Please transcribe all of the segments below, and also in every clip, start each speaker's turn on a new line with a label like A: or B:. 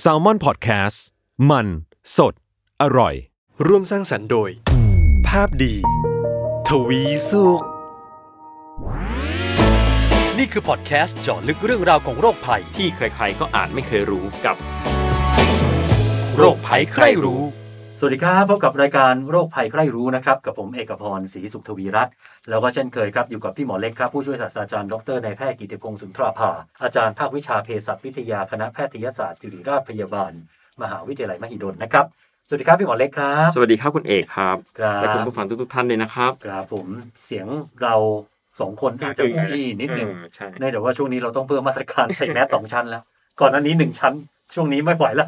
A: แซลมอนพอดแคสต์มันสดอร่อย
B: ร่วมสร้างสรรค์โดย ภาพดี ทวีสุข นี่คือพอดแคสต์เจาะลึกเรื่องราวของโรคภัย
C: ที่ใครๆ ก็อ่านไม่เคยรู้กับ
B: โรคภัยใครรู้
D: สวัสดีครับพบกับรายการโรคภัยใครรู้นะครับ กับผมเอกพรศรีสุขทวีรัตน์แล้วก็เช่นเคยครับอยู่กับพี่หมอเล็กครับ ผู้ช่วยศาสตราจารย์ดรนายแพทย์กิติพงศ์สุนทราภา อาจารย์ภาควิชาเภสัชวิทยาคณะแพทยศาสตร์ศิริราชพยาบาล มหาวิทยาลัยมหิดลนะครับ สวัสดีครับพี่หมอเล็กครับ
C: สวัสดีครับคุณเอกครับ
D: ครั
C: และคุณ
D: บ
C: ผู้ฟังทุกๆท่านเลยนะครับ
D: ครับผมเสียงเราสองคนอาจจะอุ้ยอี้นิดหนึง
C: เออใช่
D: เนื่องจากว่าช่วงนี้เราต้องเพิ่มมาตรการใส่แม สสองชั้นแล้ว ก่อนหน้านี้หนึ่งชั้น ช่วงนี้ไม่ไหว ละ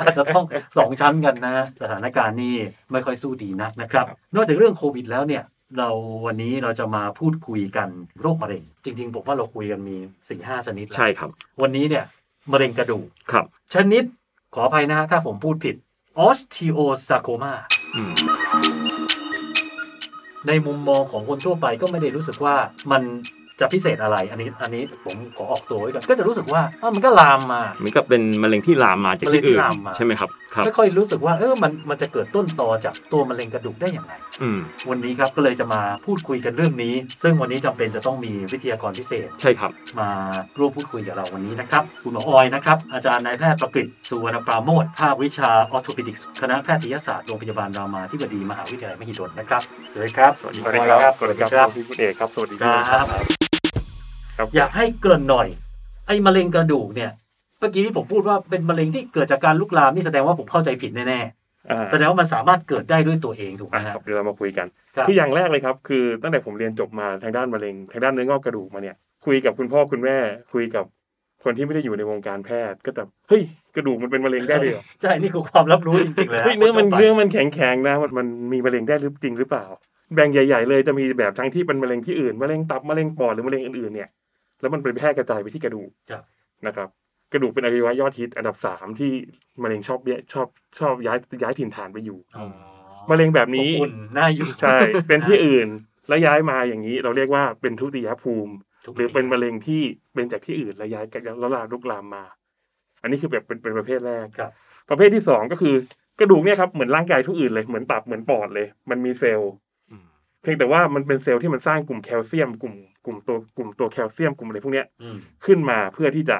D: อาจจะต้องสองชั้นกันนะสถานการณ์นี่ไม่ค่อยสู้ดีนักนะครับ นอกจากเรื่องโควิดแล้วเนี่ย เราวันนี้เราจะมาพูดคุยกันโรคมะเร็ง จริงๆ ผมว่าเราคุยกันมี4ี่ห้าชนิดแล้ว
C: ใช่ครับ
D: วันนี้เนี่ยมะเร็งกระดูก
C: ครับ
D: ชนิดขออภัยนะฮะถ้าผมพูดผิด osteosarcoma
C: อืม
D: ในมุมมองของคนทั่วไปก็ไม่ได้รู้สึกว่ามันจะพิเศษอะไร อันนี้อันนี้ผมขอออกตัวไว้ก่อนก็จะรู้สึกว่าอ้าวมันก็ลามมา
C: เหมือนกับเป็นมะเร็งที่ลามมาจาก
D: มะเร็
C: ที่
D: งที่
C: อื่น
D: ลามมา
C: ใช่ไหมครับครับ
D: ไม่ค่อยรู้สึกว่าเออมันมันจะเกิดต้นตอจากตัวมะเร็งกระดูกได้อย่างไร
C: อืม
D: วันนี้ครับก็เลยจะมาพูดคุยกันเรื่องนี้ ซึ่งวันนี้จำเป็นจะต้องมีวิทยากรพิเศษ
C: ใช่ครับ
D: มาร่วมพูดคุยกับเราวันนี้นะครับ คุณหมอออยนะครับ อาจารย์นายแพทย์ประกฤษสุวรรณปราโมทภาควิชาออ t h o p e d i c s คณะแพทยศาสตร์โรงพยาบาลรามาธิบดีมหาวิทยาลัยมหิดลนะครับสวัสดีครับ
C: สวัสดี
E: ส
C: ค
E: วั
C: รับ
E: สดีค
D: สวัสดีครับ
E: รับสวัสดีคุณเอกครับ สวัสดี
D: ครับ
E: พี่เอกครับครับ
D: อยากให้เกริ่นหน่อย ไอ้มะเร็งกระดูกเนี่ยเมื่อกี้ที่ผมพูดว่าเป็นมะเร็งที่เกิดจากการลุกลามนี่แสดงว่าผมเข้าใจผิดแน่
E: อ่า
D: ๆแสดงว่ามันสามารถเกิดได้ด้วยตัวเองถูกไหม
E: อ่ะ
D: ฮะ
E: ครับเดี๋ยวเรามาคุยกัน
D: ครับ
E: คืออย่างแรกเลยครับ คือตั้งแต่ผมเรียนจบมาทางด้านมะเร็ง ทางด้านเนื้องอกกระดูกมาเนี่ย คุยกับคุณพ่อคุณแม่ คุยกับคนที่ไม่ได้อยู่ในวงการแพทย์ ก็แบบเฮ้ยกระดูกมันเป็นมะเร็งได้ เลยเหรอ
D: ใช่นี่คือความรับรู้จริงๆเลยฮะ
E: เฮ้ยเนื้อมัน
D: คทั่วไป
E: เนื้อมันแข็งแข็งๆนะมันมันมีมะเร็งได้หรือจริงหรือเปล่า แบ่งใหญ่ๆเลยจะมีแบบทั้งที่เป็นมะเร็งที่อื่นมะเร็งตับมะเร็งปอดหรือมะเร็งอื่นๆเนี่ย แล้วมันไปแพร่กระจายไปที่กระดูก
D: ครับ
E: นะครับกระดูกเป็นอวัยวะยอดฮิตอันดับสามที่มะเร็งชอบเบี้ยชอบชอบย้ายย้ายถิ่นฐานไปอยู่
D: อ๋อ
E: มะเร็งแบบนี้
D: อบอุ่นน่าอยู่
E: ใช่ เป็นที่อื่ นแล้วย้ายมาอย่างนี้ เราเรียกว่าเป็นทุติยภูมิ
D: ถูก
E: หรือเป็นมะเร็งที่เป็นจากที่อื่นแล้วย้ายกันแล้วลามลุกลามมา อันนี้คือแบบเป็นเป็นประเภทแรก
D: ครับ
E: ประเภทที่สองก็คือกระดูกเนี่ยครับเหมือนร่างกายทุกอื่นเลยเหมือนตับเหมือนปอดเลย มันมีเซลล์
C: อืม
E: เพียงแต่ว่ามันเป็นเซลล์ที่มันสร้างกลุ่มแคลเซียม กลุ่มกลุ่มตัวกลุ่มตัวแคลเซียมกลุ่มอะไรพวกเนี้ย
D: อืม
E: ขึ้นมาเพื่อที่จะ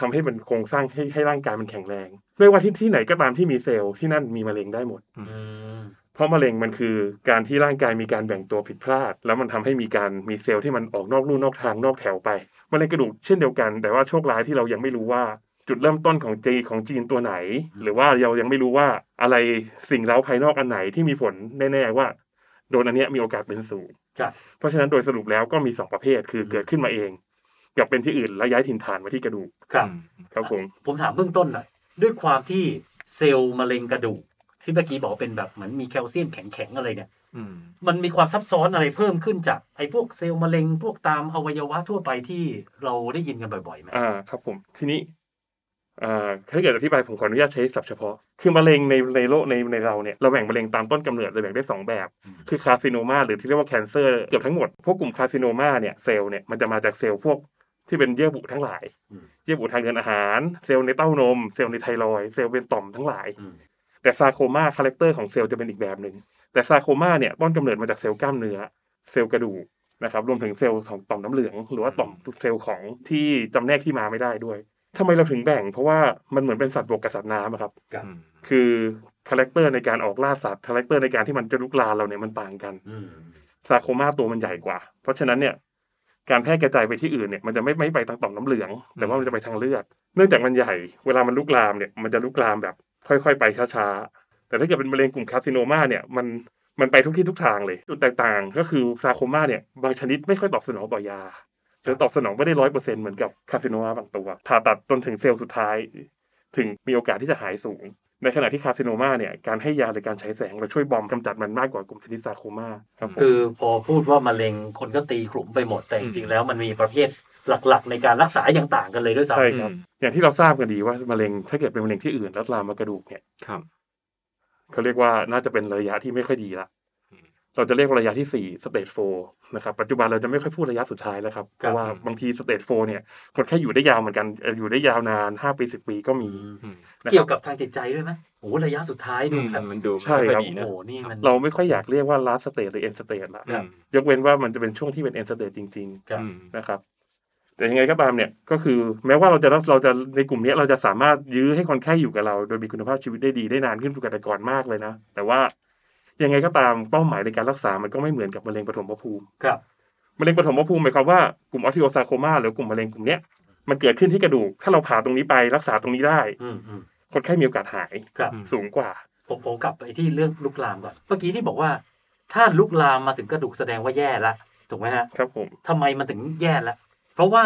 E: ทำให้มันโครงสร้างให้ให้ร่างกายมันแข็งแรง ไม่ว่าที่ที่ไหนก็ตามที่มีเซลล์ที่นั่นมีมะเร็งได้หมด
D: อืม
E: เพราะมะเร็งมันคือการที่ร่างกายมีการแบ่งตัวผิดพลาด แล้วมันทำให้มีการมีเซลล์ที่มันออกนอกลู่นอกทางนอกแถวไปมะเร็งกระดูกเช่นเดียวกัน แต่ว่าโชคร้ายที่เรายังไม่รู้ว่าจุดเริ่มต้นของจีของจีนตัวไหน หรือว่าเรายังไม่รู้ว่าอะไรสิ่งเร้าภายนอกอันไหนที่มีผลแน่ๆว่าโดนอันเนี้ยมีโอกาสเป็นสูง
D: ครับ
E: เพราะฉะนั้นโดยสรุปแล้วก็มีสองประเภทคือเกิดขึ้นมาเอง กับเป็นที่อื่นและย้ายถิ่นฐานมาที่กระดูก
D: ครับ
E: ครับผม
D: ผมถามเบื้องต้นหน่อยด้วยความที่เซลล์มะเร็งกระดูกที่เมื่อกี้บอกว่าเป็นแบบเหมือนมีแคลเซียมแข็งๆอะไรเนี่ย
C: อืม
D: มันมีความซับซ้อนอะไรเพิ่มขึ้นจากไอ้พวกเซลล์มะเร็งพวกตามอวัยวะทั่วไปที่เราได้ยินกันบ่อยๆไหม
E: อ่าครับผมทีนี้อ่าถ้าเกิดอธิบายผมขออนุญาตใช้ศัพท์เฉพาะ คือมะเร็งในในโลกในในเราเนี่ยเราแบ่งมะเร็งตามต้นกำเนิดเราแบ่งได้สองแบบ คือคาซิโนมาหรือที่เรียกว่าแคนเซอร์เกือบทั้งหมด พวกกลุ่มคาซิโนมาเนี่ยเซลล์เนี่ยมันจะมาจากเซลล์พวกที่เป็นเยื่อบุทั้งหลาย เยื่อบุทางเดินอาหาร เซลล์ในเต้านม เซลล์ในไทรอยด์เซลล์เป็นต่อมทั้งหลาย
D: อืม
E: แต่ซาโคมาคาแรคเตอร์ของเซลล์จะเป็นอีกแบบหนึ่งแต่ซาโคมาเนี่ยต้นกำเนิดมาจากเซลล์กล้ามเนื้อ เซลล์กระดูกนะครับรวมถึงเซลล์ของต่อมน้ำเหลือง หรือว่าต่อมเซลล์ของที่จำแนกที่มาไม่ได้ด้วยทำไมเราถึงแบ่ง เพราะว่ามันเหมือนเป็นสัตว์บกกับสัตว์น้ำอะครับ
C: อืม
E: คือคาแรคเตอร์ในการออกล่าสัตว์คาแรคเตอร์ในการที่มันจะลุกลามเราเนี่ยมันต่างกัน
D: อืม
E: ซาโคมาตัวมันใหญ่กว่า เพราะฉะนั้นเนี่ยการแพร่กระจายไปที่อื่นเนี่ยมันจะไม่ไม่ไปทางต่อมน้ำเหลือง แต่ว่ามันจะไปทางเลือด เนื่องจากมันใหญ่เวลามันลุกลามเนี่ยมันจะลุกลามแบบค่อยๆ ไปช้าๆ แต่ถ้าเกิดเป็นมะเร็งกลุ่มคาซิโนมาเนี่ยมันมันไปทุกที่ทุกทางเลยจุดแตกต่างก็คือซาโคมาเนี่ยบางชนิดไม่ค่อยตอบสนองต่อยา จะตอบสนองไม่ได้ร้อยเปอร์เซ็นต์เหมือนกับคาซิโนมาบางตัวผ่าตัดจนถึงเซลล์สุดท้าย ถึงมีโอกาสที่จะหายสูง ในขณะที่คาซิโนมาเนี่ยการให้ยาหรือการใช้แสงเราช่วยบอมกำจัดมันมากกว่ากลุ่มเทนิสซาโคมาครับผม
D: คือพอพูดว่ามะเร็งคนก็ตีขลุ่มไปหมดแต่จริงๆแล้วมันมีประเภทหลักๆ ในการรักษาอย่างต่างกันเลยด้วยซ้ำ
E: ใช่ครับ อย่างที่เราทราบกันดีว่ามะเร็งถ้าเกิดเป็นมะเร็งที่อื่นแล้วลามมากระดูกเนี่ย
C: ครับ
E: เขาเรียกว่าน่าจะเป็นระยะที่ไม่ค่อยดีละเราจะเรียกว่าระยะที่สี่สเตจโฟนะครับปัจจุบันเราจะไม่ค่อยพูดระยะสุดท้ายแล้วครับเพราะว่าบางทีสเตจโฟเนี่ยคนแค่อยู่ได้ยาวเหมือนกันเอ่ออยู่ได้ยาวนานห้าปีสิบปีก็มี
C: อืม
E: นะ
D: เกี่
E: ค
D: ย
E: รั
D: ว
E: บ
D: กับทางจิตใจด้วยไหมโอ้โหระยะสุดท้ายดูแบบ
C: มันดู
E: ใช่
C: ไม่อย
E: ครับ
C: ดี
D: โอ้
C: นะ
D: โหนี่มัน
E: เราไม่ค่อยอยากเรียกว่า last stage หรือ end stage ละ
C: อืม
E: ยกเว้นว่ามันจะเป็นช่วงที่เป็น end stage จริง ๆ
D: ครับ
C: อืม
E: นะครับแต่ยังไงก็ตามเนี่ยก็คือแม้ว่าเราจะรับเราจะในกลุ่มเนี้ยเราจะสามารถยื้อให้คนไข้อยู่กับเรา โดยมีคุณภาพชีวิตได้ดีได้นานขึ้นกว่าแต่ก่อนมากเลยนะ แต่ว่ายังไงก็ตามเป้าหมายในการรักษามันก็ไม่เหมือนกับมะเร็งปฐมภูมิ
D: ครับ
E: มะเร็งปฐมภูมิหมายความว่ากลุ่มออทิโอซาโคมาหรือกลุ่มมะเร็งกลุ่มเนี้ยมันเกิดขึ้นที่กระดูก ถ้าเราผ่าตรงนี้ไปรักษาตรงนี้ได้
D: อืมอืม
E: คนไข้มีโอกาสหาย
D: ครับ
C: อืม
E: สูงกว่า
D: ผมผมกลับไปที่เรื่องลุกลามก่อนเมื่อกี้ที่บอกว่า ถ้าลุกลามมาถึงกระดูกแสดงว่าแย่ละถูกไหมฮะ
E: ครับผม
D: ทำไมมันถึงแย่ละเพราะว่า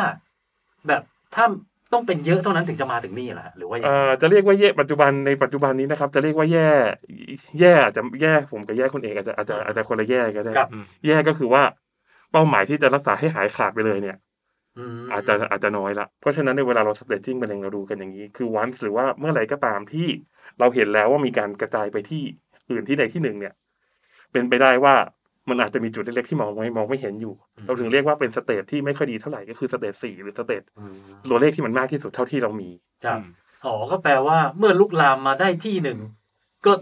D: แบบถ้าต้องเป็นเยอะเท่านั้นถึงจะมาถึงนี่เหรอฮะหรือว่ายัง
E: เอ่
D: ไง
E: อจะเรียกว่าแย่ปัจจุบันในปัจจุบันนี้นะครับ จะเรียกว่าแย่แย่อาจจะแย่ผมกับแย่คนเอกอาจจะอาจจะอาจจะคนละแย่ก็ได้
D: ครับ
C: อืม
E: แย่ก็คือว่าเป้าหมายที่จะรักษาให้หายขาดไปเลยเนี่ย
D: ม
E: อาจจะอาจจะน้อยละ เพราะฉะนั้นในเวลาเราสเตจจิ้งมะเร็งเราดูกันอย่างนี้ คือวันหรือว่าเมื่อไหร่ก็ตามที่เราเห็นแล้วว่ามีการกระจายไปที่อื่นที่ใดที่หนึ่งเนี่ย เป็นไปได้ว่ามันอาจจะมีจุดเล็กๆที่มองไม่มองไม่เห็นอยู่ เราถึงเรียกว่าเป็นสเตจที่ไม่ค่อยดีเท่าไหร่ก็คือสเตจสี่หรือสเตจ
D: อืม
E: ตัวเลขที่มันมากที่สุดเท่าที่เรามี
D: ครับอ๋อก็แปลว่าเมื่อลุกลามมาได้ที่หนึ่งก็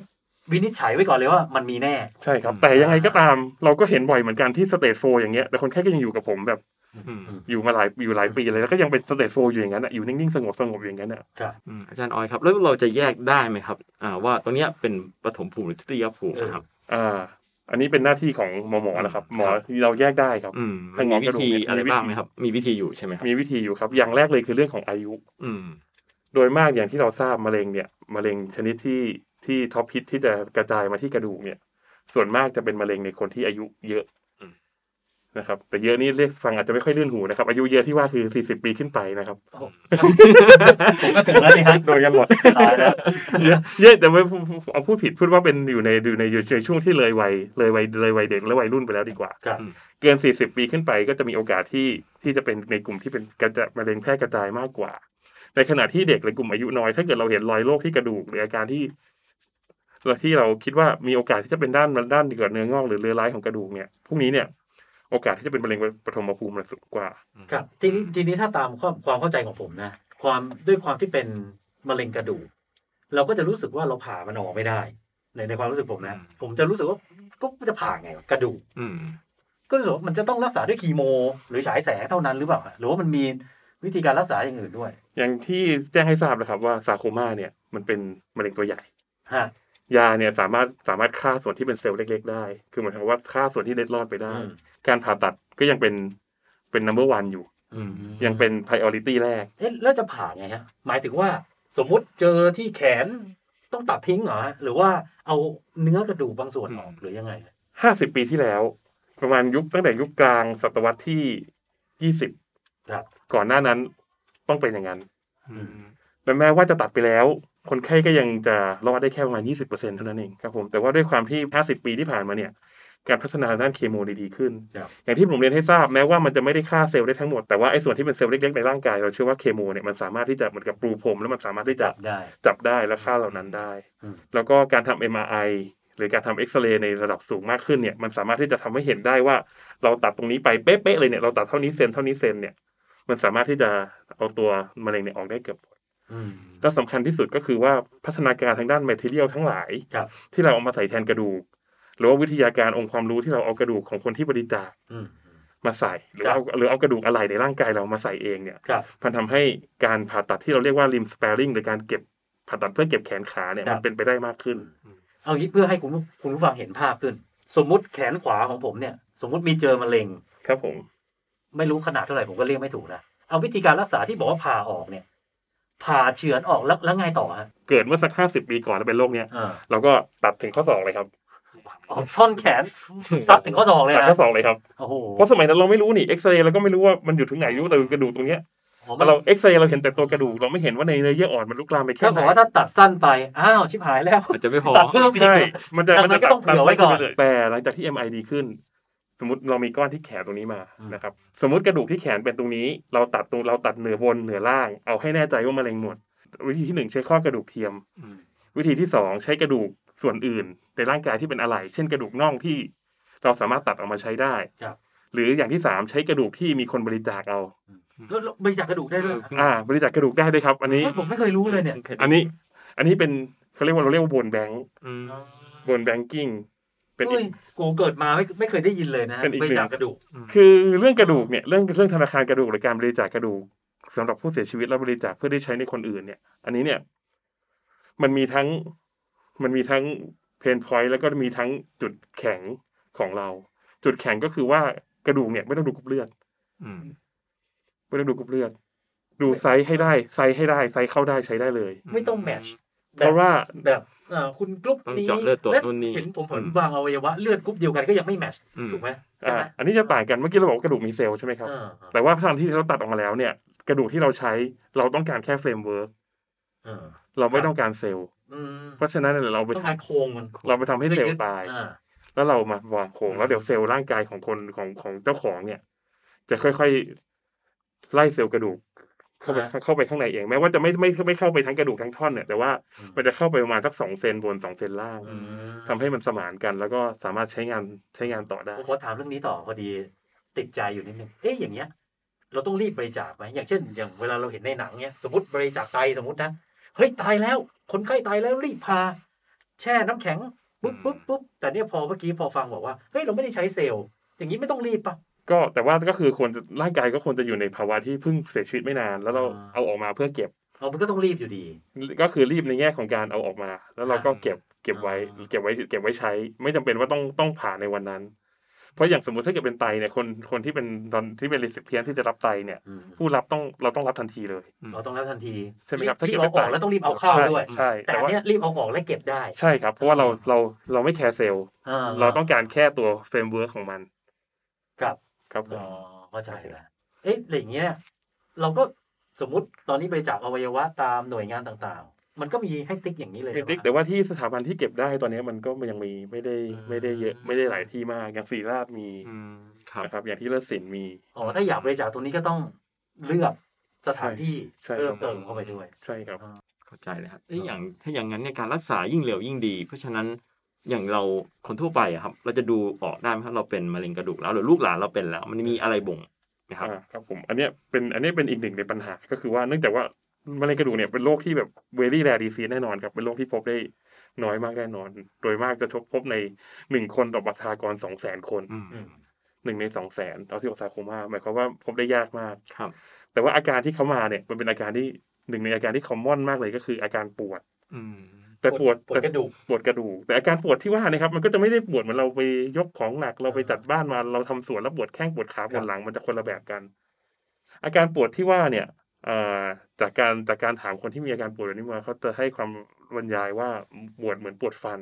D: วินิจฉัยไว้ก่อนเลยว่ามันมีแน่
E: ใช่ครับ แต่ยังไงก็ตามเราก็เห็นบ่อยเหมือนกันที่สเตจโฟอย่างเงี้ยแต่คนไข้ก็ยังอยู่กับผมแบบ
C: อืม
E: อยู่มาหลายอยู่หลายปีเลยแล้วก็ยังเป็นสเตจโฟอยู่อย่างนั้นอะอยู่นิ่งๆสงบสงบๆอย่างนั้นอะ
C: อืมอาจารย์ออยครับ แล้วเราจะแยกได้ไหมครับ อ่าว่าตรงเนี้ยเป็นปฐมภูมิหรือทุติยภูมินะครับ
E: อ่า อันนี้เป็นหน้าที่ของหมอหมอนะครับ หมอ
C: ครับ
E: เราแยกได้ครับ
C: อืม
E: ทางหม
C: มี
E: อ
C: วิธี
E: กระดูกเนี่ย
C: อะไร
E: มีวิธี
C: บ้างไหมครับ มีวิธีอยู่ใช่ไหมครับ
E: มีวิธีอยู่ครับ อย่างแรกเลยคือเรื่องของอายุ
C: อืม
E: โดยมากอย่างที่เราทราบมะเร็งเนี่ยมะเร็งชนิดที่ที่ท็อปฮิตที่จะกระจายมาที่กระดูกเนี่ย ส่วนมากจะเป็นมะเร็งในคนที่อายุเยอะ
C: อืม
E: นะครับ แต่เยอะนี่เรียกฟังอาจจะไม่ค่อยลื่นหูนะครับ อายุเยอะที่ว่าคือ 40 ปีขึ้นไปนะครับ
D: ผมก็ถึงแล้วนี่ฮะ
E: โดยกันหมด
D: ตายแล้ว
E: เยอะเยอะแต่ไม่พูดเอาพูดผิดพูดว่าเป็นอยู่ในอยู่ในอยู่ในช่วงที่เลยวัยเลยวัยเลยวัยเด็กและวัยรุ่นไปแล้วดีกว่า
D: ครับ
E: เกิน 40 ปีขึ้นไปก็จะมีโอกาสที่ที่จะเป็นในกลุ่มที่เป็นกระจายมะเร็งแพร่กระจายมากกว่า ในขณะที่เด็กในกลุ่มอายุน้อย ถ้าเกิดเราเห็นรอยโรคที่กระดูกหรืออาการที่ที่เราคิดว่ามีโอกาสที่จะเป็นด้านด้านเกิดเนื้องอกหรือเรือร้ายของกระดูกเนี่ยพวกนี้เนี่ย โอกาสที่จะเป็นมะเร็งปฐมภูมิมันสูงกว่า
D: ครับทีนี้ทีนี้ถ้าตามความความเข้าใจของผมนะ ความด้วยความที่เป็นมะเร็งกระดูกเราก็จะรู้สึกว่าเราผ่ามันออกไม่ได้ ในในความรู้สึกผมนะ
C: อืม
D: ผมจะรู้สึกว่าก็จะผ่าไงวะกระดูก
C: อืม
D: ก็รู้สึกว่ามันจะต้องรักษาด้วยคีโม หรือฉายแสงเท่านั้นหรือเปล่าฮะหรือว่ามันมีวิธีการรักษาอย่างอื่นด้วย
E: อย่างที่แจ้งให้ทราบนะครับว่าซาโคมาเนี่ยมันเป็นมะเร็งตัวใหญ่
D: ฮะ
E: ยาเนี่ยสามารถสามารถฆ่าส่วนที่เป็นเซลล์เล็ก ๆ ได้ คือหมายความว่าฆ่าส่วนที่เล็ดรอดไปได้
D: อืม
E: การผ่าตัดก็ยังเป็นเป็น number one อยู่
D: อืม
E: ยังเป็น priority แรก
D: เอ๊ะแล้วจะผ่าไงฮะ หมายถึงว่าสมมุติเจอที่แขนต้องตัดทิ้งเหรอฮะหรือว่าเอาเนื้อกระดูกบางส่วนออก
C: อืม
D: หรือยังไง
E: 50 ปีที่แล้ว ประมาณยุคตั้งแต่ยุคกลางศตวรรษที่
D: ครับ
E: 20 ก่อนหน้านั้นต้องเป็นอย่างนั้น
C: อืม
E: แต่แม้ว่าจะตัดไปแล้ว คนไข้ก็ยังจะรอดได้แค่ประมาณ 20%เท่านั้นเองครับผม แต่ว่าด้วยความที่ 50 ปีที่ผ่านมาเนี่ย การพัฒนาด้านเคมีดีๆขึ้น
D: ครับ
E: อย่างที่ผมเรียนให้ทราบแม้ว่ามันจะไม่ได้ฆ่าเซลล์ได้ทั้งหมด แต่ว่าไอ้ส่วนที่เป็นเซลล์เล็กๆในร่างกายเราเชื่อว่าเคมีเนี่ยมันสามารถที่จะเหมือนกับปรูพรมแล้วมันสามารถที่จะ
D: จับได้
E: จับได้และค่าเหล่านั้นได้
D: อืม
E: แล้วก็การทำ MRI หรือการทำเอ็กซเรย์ในระดับสูงมากขึ้นเนี่ย มันสามารถที่จะทำให้เห็นได้ว่า เราตัดตรงนี้ไปเป๊ะๆเลยเนี่ย เราตัดเท่านี้เซนเท่านี้เซนเนี่ย มันสามารถที่จะเอาตัวมะเร็งเนี่ยออกได้เกือบหมด
D: อืม
E: แล้วสำคัญที่สุดก็คือว่าพัฒนาการทางด้านแมทเทียลทั้งหลาย
D: ครับ
E: ที่เราเอามาใส่แทนกระดูก หรือว่าวิทยาการองค์ความรู้ที่เราเอากระดูกของคนที่บริจาค
D: อืม
E: มาใส่ หรือว่าเอาหรือเอากระดูกอะไรในร่างกายเรามาใส่เองเนี่ย
D: ครับ
E: มันทำให้การผ่าตัดที่เราเรียกว่าริมสเปริงหรือการเก็บผ่าตัดเพื่อเก็บแขนขาเนี่ย
D: ครับ
E: มันเป็นไปได้มากขึ้น
D: เอางี้เพื่อให้คุณผู้คุณผู้ฟังเห็นภาพขึ้น สมมติแขนขวาของผมเนี่ย สมมติมีเจอมะเร็ง
E: ครับผม
D: ไม่รู้ขนาดเท่าไหร่ผมก็เรียกไม่ถูกนะ เอาวิธีการรักษาที่บอกว่าผ่าออกเนี่ย ผ่าเฉือนออกแล้วแล้วไงต่อฮะ
E: เกิดเมื่อสักห้าสิบปีก่อนแล้วเป็นโรคเนี้ย
D: อ่า
E: เราก็ตัดถึงข้อศอกเลยครับ
D: ออกท่อนแขนซัดถึงข้อศอกเลย
E: ตัด
D: นะ
E: ข้อสองเลยครับ
D: โอ้โห
E: เพราะสมัยนั้นเราไม่รู้นี่เอ็กซเรย์เราก็ไม่รู้ว่ามันอยู่ถึงไหนรู้แต่กระดูกตรงเนี้ย
D: อ๋อมั
E: แต่
D: น
E: เราเอ็กซเรย์เราเห็นแต่ตัวกระดูกเราไม่เห็นว่าในเนื้อเยื่ออ่อนมันลุกลามไปแค่
D: ถ้า
E: ไห
D: บ
E: น
D: อกว่าถ้าตัดสั้นไปอ้าวชิบหายแล้ว
C: อาจจะไม่พอ
D: ตัดเพิ่มอีก
E: ใช่มันจะ
D: ดังนั้นก็ต้องเผื่อไว้ก่อน
E: แต่หลังจากที่ MI ดีขึ้น สมมติเรามีก้อนที่แขนตรงนี้มานะครับสมมติกระดูกที่แขนเป็นตรงนี้ เราตัดตรงเราตัดเหนือบนเหนือล่าง เอาให้แน่ใจว่ามะเร็งหนวดวิธีที่หนึ่งใช้ข้อกระดูกเทียม
C: อืม
E: วิธีที่สองใช้กระดูกส่วนอื่นในร่างกายที่เป็นอะไหล่เช่นกระดูกน่องที่เราสามารถตัดออกมาใช้ได้
D: ครับ
E: หรืออย่างที่สามใช้กระดูกที่มีคนบริจาคเอา
D: แล้วแล้วบริจาคกระดูกได้ด้วย
E: อ่า บริจาคกระดูกได้ด้วยครับ อันนี้
D: ผมไม่เคยรู้เลยเนี่ย
E: อันนี้ อันนี้เป็นเขาเรียกว่าเราเรียกว่าบนแบงค์
C: อืม
E: บนแบงกิ้ง เป็นอี
D: เฮ้ย
E: ก
D: กูเกิดมาไม่ไม่เคยได้ยินเลยนะ
E: เป็นอีก
D: บริจาคกระดูก
E: คือเรื่องกระดูกเนี่ย เรื่องเรื่องธนาคารกระดูกหรือการบริจาคกระดูกสำหรับผู้เสียชีวิตและบริจาคเพื่อได้ใช้ในคนอื่นเนี่ย อันนี้เนี่ย มันมีทั้ง มันมีทั้งเพนพอยต์แล้วก็มีทั้งจุดแข็งของเรา จุดแข็งก็คือว่ากระดูกเนี่ยไม่ต้องดูกรุ๊ปเลือด
C: อืม
E: ไม่ต้องดูกรุ๊ปเลือด ดูไซส์ให้ได้ ไซส์ให้ได้ ไซส์เข้าได้ใช้ได้เลย
D: ไม่ต้องแมทช์
E: เพราะว่า
D: แบบเอ่อคุณกรุ๊ป
C: ต้อง
D: นี้
C: เจาะเลือดตรวจ
D: และ
C: นู่นนี่
D: เห็นผมผ
C: อื
D: ล
C: ม
D: บางอวัยวะเลือดกรุ๊ปเดียวกันก็ยังไม่แมทช์
C: อืม
D: ถูกไหมใช่
E: อ่า
D: ไหม
E: อันนี้จะต่างกัน เมื่อกี้เราบอกว่ากระดูกมีเซลล์ใช่ไหมครับ
D: อ่า
E: แต่ว่าทางที่เราตัดออกมาแล้วเนี่ย กระดูกที่เราใช้เราต้องการแค่เฟรมเวิร์ก
D: อ่า
E: เราไม่ต้องการเซลล์
D: อืม
E: เพราะฉะนั้นเนี่ยเราไป
D: ต้องการโครงมัน
E: เราไปทำให้เซลล์ตาย
D: อ่า
E: แล้วเรามาวางโครงแล้วเดี๋ยวเซลล์ร่างกายของคนของของเจ้าของเนี่ย จะค่อยๆไล่เซลล์กระดูก เข้าไป
D: อ่า
E: เข้าไปข้างในเองแม้ว่าจะไม่ไม่ไม่เข้าไปทั้งกระดูกทั้งท่อนเนี่ยแต่ว่ามันจะเข้าไปประมาณสักสองเซนบนสองเซนล่าง
D: อืม
E: ทำให้มันสมานกัน แล้วก็สามารถใช้งานใช้งานต่อได้
D: ผมขอถามเรื่องนี้ต่อพอดีติดใจอยู่นิดนึง เอ๊ะอย่างเงี้ย เราต้องรีบบริจาคไหมอย่างเช่น อย่างเวลาเราเห็นในหนังเนี้ยสมมติบริจาคไตสมมตินะเฮ้ยตายแล้ว คนไข้ตายแล้วรีบพา แช่น้ำแข็งปุ๊บปุ๊บปุ๊บแต่เนี่ยพอเมื่อกี้พอฟังบอกว่าเฮ้ยเราไม่ได้ใช้เซลล์อย่างนี้ไม่ต้องรีบปะ
E: ก็แต่ว่าก็คือควรจะร่างกายก็ควรจะอยู่ในภาวะที่เพิ่งเสียชีวิตไม่นาน แล้วเรา
D: อ่า
E: เอาออกมาเพื่อเก็บ
D: เรามันก็ต้องรีบอยู่ดี
E: ก็คือรีบในแง่ของการเอาออกมา แล้วเราก็
C: อ่า
E: เก็บเก็บไว้
D: อ่า
E: เก็บไว้เก็บไว้ใช้ ไม่จำเป็นว่าต้องต้องผ่าในวันนั้น เพราะอย่างสมมติถ้าเกิดเป็นไตเนี่ยคนคนที่เป็นตอนที่เป็นรีสิเพียนที่จะรับไตเนี่ย ผู้รับต้องเราต้องรับทันทีเลย
D: เราต้องรับทันที
E: ใช่ไหมครับถ้า
D: รี
E: เก็
D: บบ เอาออก
E: ไป
D: แล้วต้องรีบเอาเข้า
E: ใช่
D: ด้วย
E: ใช่
D: แต่
E: แต่
D: อั
E: ว่า
D: นเนี้ยรีบเอาออกและเก็บได้
E: ใช่ครับ เพราะว่าเราเราเราไม่แคร์เซลล์
D: อ่
E: เราต้องการแค่ตัวเฟรมเวิร์กของมัน
D: ครับ
E: ครับผม
D: อ๋อเข้าใจแล้วเอ๊ะอะไรอย่างเงี้ย เราก็สมมติตอนนี้บริจาคอวัยวะตามหน่วยงานต่างๆ มันก็มีให้ติ๊กอย่างนี้เลย
E: มีติ๊ก
D: เหรอ
E: แต่ว่าที่สถาบันที่เก็บได้ตอนนี้มันก็ยังมีไม่ได้
D: อืม
E: ไม่ได้เยอะไม่ได้หลายที่มากอย่างศรีราชมี
C: อืมครับ
E: นะครับอย่างที่เลิศศิลป์มี
D: อ๋อถ้าอยากบริจาคตรงนี้ก็ต้องเลือกสถานที่
E: ใช่
D: เพิ่มเติมเข้าไปด้วย
E: ใช่ครับ
C: เข้าใจเลยครับเอ้ยอย่างถ้าอย่างนั้นเนี่ยการรักษายิ่งเร็วยิ่งดี เพราะฉะนั้นอย่างเราคนทั่วไปอะครับ เราจะดูออกได้ไหมครับเราเป็นมะเร็งกระดูกแล้วหรือลูกหลานเราเป็นแล้ว มันมีอะไรบ่งนะครับ
E: อ่าครับผมอันเนี้ยเป็นอันเนี้ยเป็นอีกหนึ่งในปัญหาก็คือว่าเนื่องจากว่ามะเร็งกระดูกเนี่ยเป็นโรคที่แบบเวรี่แรดีซีแน่นอนครับเป็นโรคที่พบได้น้อยมากแน่นอน โดยมากจะพบในหนึ่งคนต่อประชากรสองแสนคน
C: อืม
D: อืม
E: หนึ่งในสองแสนเอาที่ออกซาโคมาหมายความว่าพบได้ยากมาก
C: ครับ
E: แต่ว่าอาการที่เขามาเนี่ยมันเป็นอาการที่หนึ่งในอาการที่คอมมอนมากเลยก็คืออาการปวด
C: อืม
E: แต่ปวด
D: ปวด
E: แต่
D: กระดูก
E: ปวดกระดูกแต่อาการปวดที่ว่านะครับมันก็จะไม่ได้ปวดเหมือนเราไปยกของหนักเราไปจัดบ้านมาเราทำสวนแล้วปวดแข้งปวดขาปวดหลังมันจะคนละแบบกัน อาการปวดที่ว่าเนี่ยเอ่อจากการจากการถามคนที่มีอาการปวดแบบนี้มาเขาจะให้ความบรรยายว่าปวดเหมือนปวดฟัน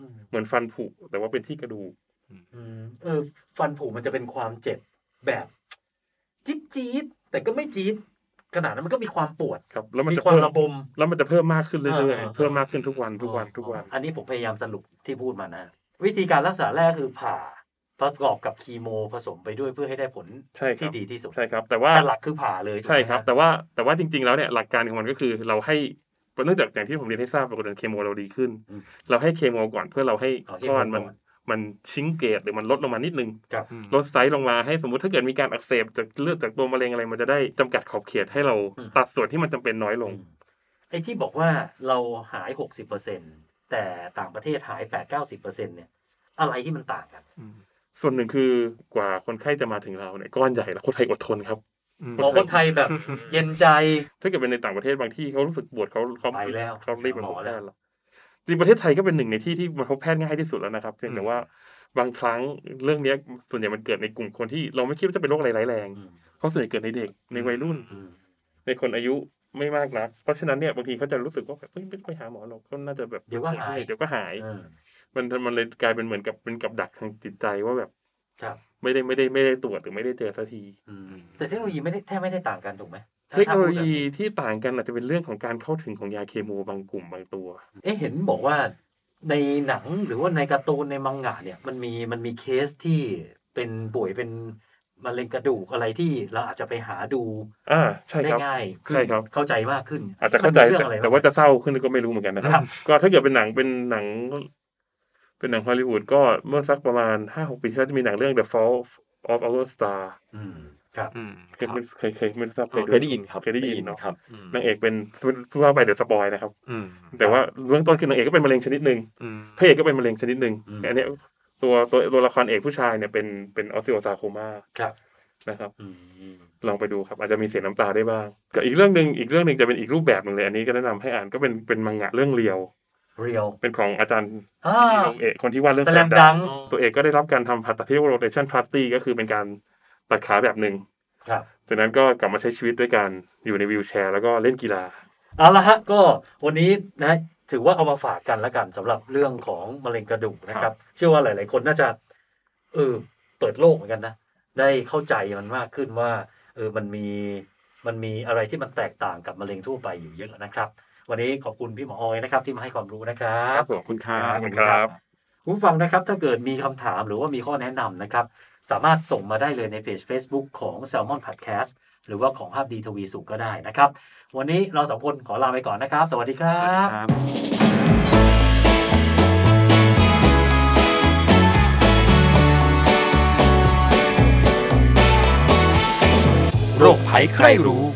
D: อืม
E: เหมือนฟันผุแต่ว่าเป็นที่กระดูก
D: อืมเออ ฟันผุมันจะเป็นความเจ็บแบบจี๊ดจี๊ดๆแต่ก็ไม่จี๊ดขนาดนั้นมันก็มีความปวด
E: ครับ แล้วมัน
D: มี
E: จะ
D: ความ
E: เพิ่ม
D: ระบม
E: แล้วมันจะเพิ่มมากขึ้นเรื่อย
D: อ่า
E: ๆเพิ่มมากขึ้นทุกวันทุกวันทุกวัน
D: อันนี้ผมพยายามสรุปที่พูดมานะ วิธีการรักษาแรกคือผ่าประกอบกับคีโมผสมไปด้วยเพื่อให้ได้ผล
E: ใช่ครั
D: ที่
E: บ
D: ดีที่สุด
E: ใช่ครับ แต่ว่า
D: แต่หลักคือผ่าเลย
E: ใช่ครับ
D: ถูกไหม
E: แต่ว่าแต่ว่าจริงๆแล้วเนี่ยหลักการของมันก็คือเราให้เนื่องจากอย่างที่ผมเรียนให้ทราบปรากฏว่าเคมีเราดีขึ้น
D: อืม
E: เราให้เคมีก่อนเพื่อเราให้
D: ขอเคมี
E: ก้อนมัน
D: ก่อน
E: มันชิงเกตหรือมันลดลงมานิดนึง
D: ครับ
C: อืม
E: ลดไซส์ลงมาให้สมมติถ้าเกิดมีการอักเสบจากเลือดจากตัวมะเร็งอะไรมันจะได้จำกัดขอบเขตให้เรา
D: อืม
E: ตัดส่วนที่มันจำเป็นน้อยลง
D: อืมไอ้ที่บอกว่าเราหาย 60%แต่ต่างประเทศหาย 8-90%เนี่ย อะไรที่มันต่างกัน
C: อืม
E: ส่วนหนึ่งคือกว่าคนไข้จะมาถึงเราเนี่ยก้อนใหญ่แล้วคนไทยอดทนครับ
C: อืม
D: หมอคนไทยแบบ เย็นใจ
E: ถ้าเกิดเป็นในต่างประเทศบางที่เขารู้สึกปวดเขาเขา
D: ไปแล้ว
E: เขารีบมา
D: หาหม
E: พ
D: อบ แล้
E: แพ
D: ว
E: ทย์แล้วจริงประเทศไทยก็เป็นหนึ่งในที่ที่มาพบแพทย์ง่ายที่สุดแล้วนะครับเพียงแต่ว่าบางครั้งเรื่องเนี้ยส่วนใหญ่มันเกิดในกลุ่มคนที่เราไม่คิดว่าจะเป็นโรคอะไรร้ายแรง
D: อืม
E: เขาะส่วนใหญ่เกิดในเด็กในวัยรุ่น
D: อืม
E: ในคนอายุไม่มากนักเพราะฉะนั้นเนี่ยบางทีเขาจะรู้สึกว่าแบบเอ้ยไม่ต้องไปหาหมอหรอกก็น่าจะแบบ
D: เดี๋ยวก็หาย
E: เดี๋ยวก็หาย
D: อืม
E: มันมันเลยกลายเป็นเหมือนกับเป็นกับดักทางจิตใจว่าแบบ
D: ครับ
E: ไม่ได้ไม่ได้ไม่ได้ตรวจหรือไม่ได้เจอสักที
D: อืมแต่เทคโนโลยีไม่ได้แทบไม่ได้ต่างกันถูกไหมถ้า
E: เทคโน
D: ถ้าพู
E: โล
D: ดแบบ
E: ยีที่ต่างกันอาจจะเป็นเรื่องของการเข้าถึงของยาเคมีบางกลุ่มบางตัว
D: เอ๊ะเห็นบอกว่าในหนังหรือว่าในการ์ตูนในมังงะเนี่ยมันมีมันมีเคสที่เป็นป่วยเป็นมะเร็งกระดูกอะไรที่เราอาจจะไปหาดู
E: อ่าใช่
D: ได้
E: ครับ
D: ง่ายขึ้น
E: ใช่ครับ
D: เข้าใจมากขึ้น
E: อาจจะเข้าใจ
D: มันมีเรื่อง
E: แต่
D: อะไรบ้ง
E: แต่ว่าจะเศร้าขึ้นก็ไม่รู้เหมือนกันนะค
D: ครั
E: รับ
D: บ
E: ก็ถ้าเกิดเป็นหนังเป็นหนัง เป็นหนังฮอลลีวูดก็เมื่อสักประมาณห้าหกปีที่แล้วจะมีหนังเรื่อง The Fall of Our Star
D: อืมครับ
C: อืม
E: เคยไม่เคยเคยไม่ทราบ
C: อ๋อเคยได้ยินครับ
E: เคยได้ยินเนาะ
C: ครับ
E: นางเอกเป็นพูดว่าไปเดี๋ยวสปอยนะครับ
C: อืม
E: แต่ว่าเบื้องต้นคือนางเอกก็เป็นมะเร็งชนิดหนึ่ง
C: อืม
E: พระเอกก็เป็นมะเร็งชนิดหนึ่ง
D: อืม
E: แต่อันเนี้ยตัวตัวตัวละครเอกผู้ชายเนี่ยเป็นเป็นออสซิโอซาโคมา
D: ครับ
E: นะครับ
D: อืม
E: ลองไปดูครับอาจจะมีเสียน้ำตาได้บ้างกับอีกเรื่องหนึ่งอีกเรื่องหนึ่งจะเป็นอีกรูปแบบหนึ่งเลยอันนี้ก็แนะนำให้อ่านก็เป็นเป็นมังงะเรื่องเรียว
D: เรียว
E: เป็นของอาจารย์
D: อ่า
E: เอกคนที่วาดเรื่อง
D: แสลมดัง
E: ตัวเอกก็ได้รับการทำผ่าตัดที่เรียกว่า rotation plasty ก็คือเป็นการตัดขาแบบหนึ่ง
D: ครับ
E: จากนั้นก็กลับมาใช้ชีวิตด้วยการอยู่ในวีลแชร์ แล้วก็เล่นกีฬา
D: เอาละฮะก็วันนี้นะถือว่าเอามาฝากกันละกันสำหรับเรื่องของมะเร็งกระดูกนะครับ เชื่อว่าหลาย ๆ คนน่าจะเออเปิดโลกเหมือนกันนะได้เข้าใจมันมากขึ้นว่าเออมันมีมันมีอะไรที่มันแตกต่างกับมะเร็งทั่วไปอยู่เยอะนะครับ วันนี้ขอบคุณพี่หมอออยนะครับ ที่มาให้ความรู้นะครับ
C: ขอบคุณครับ
E: ขอบคุณครับ
D: คุณผู้ฟังนะครับถ้าเกิดมีคำถามหรือว่ามีข้อแนะนำนะครับ สามารถส่งมาได้เลยในเพจ Facebook ของ Salmon Podcast หรือว่าของภาพดีทวีสุขก็ได้นะครับ วันนี้เราสองคนขอลาไปก่อนนะครับ สวัสดีครับ
B: โรคภัยใครรู้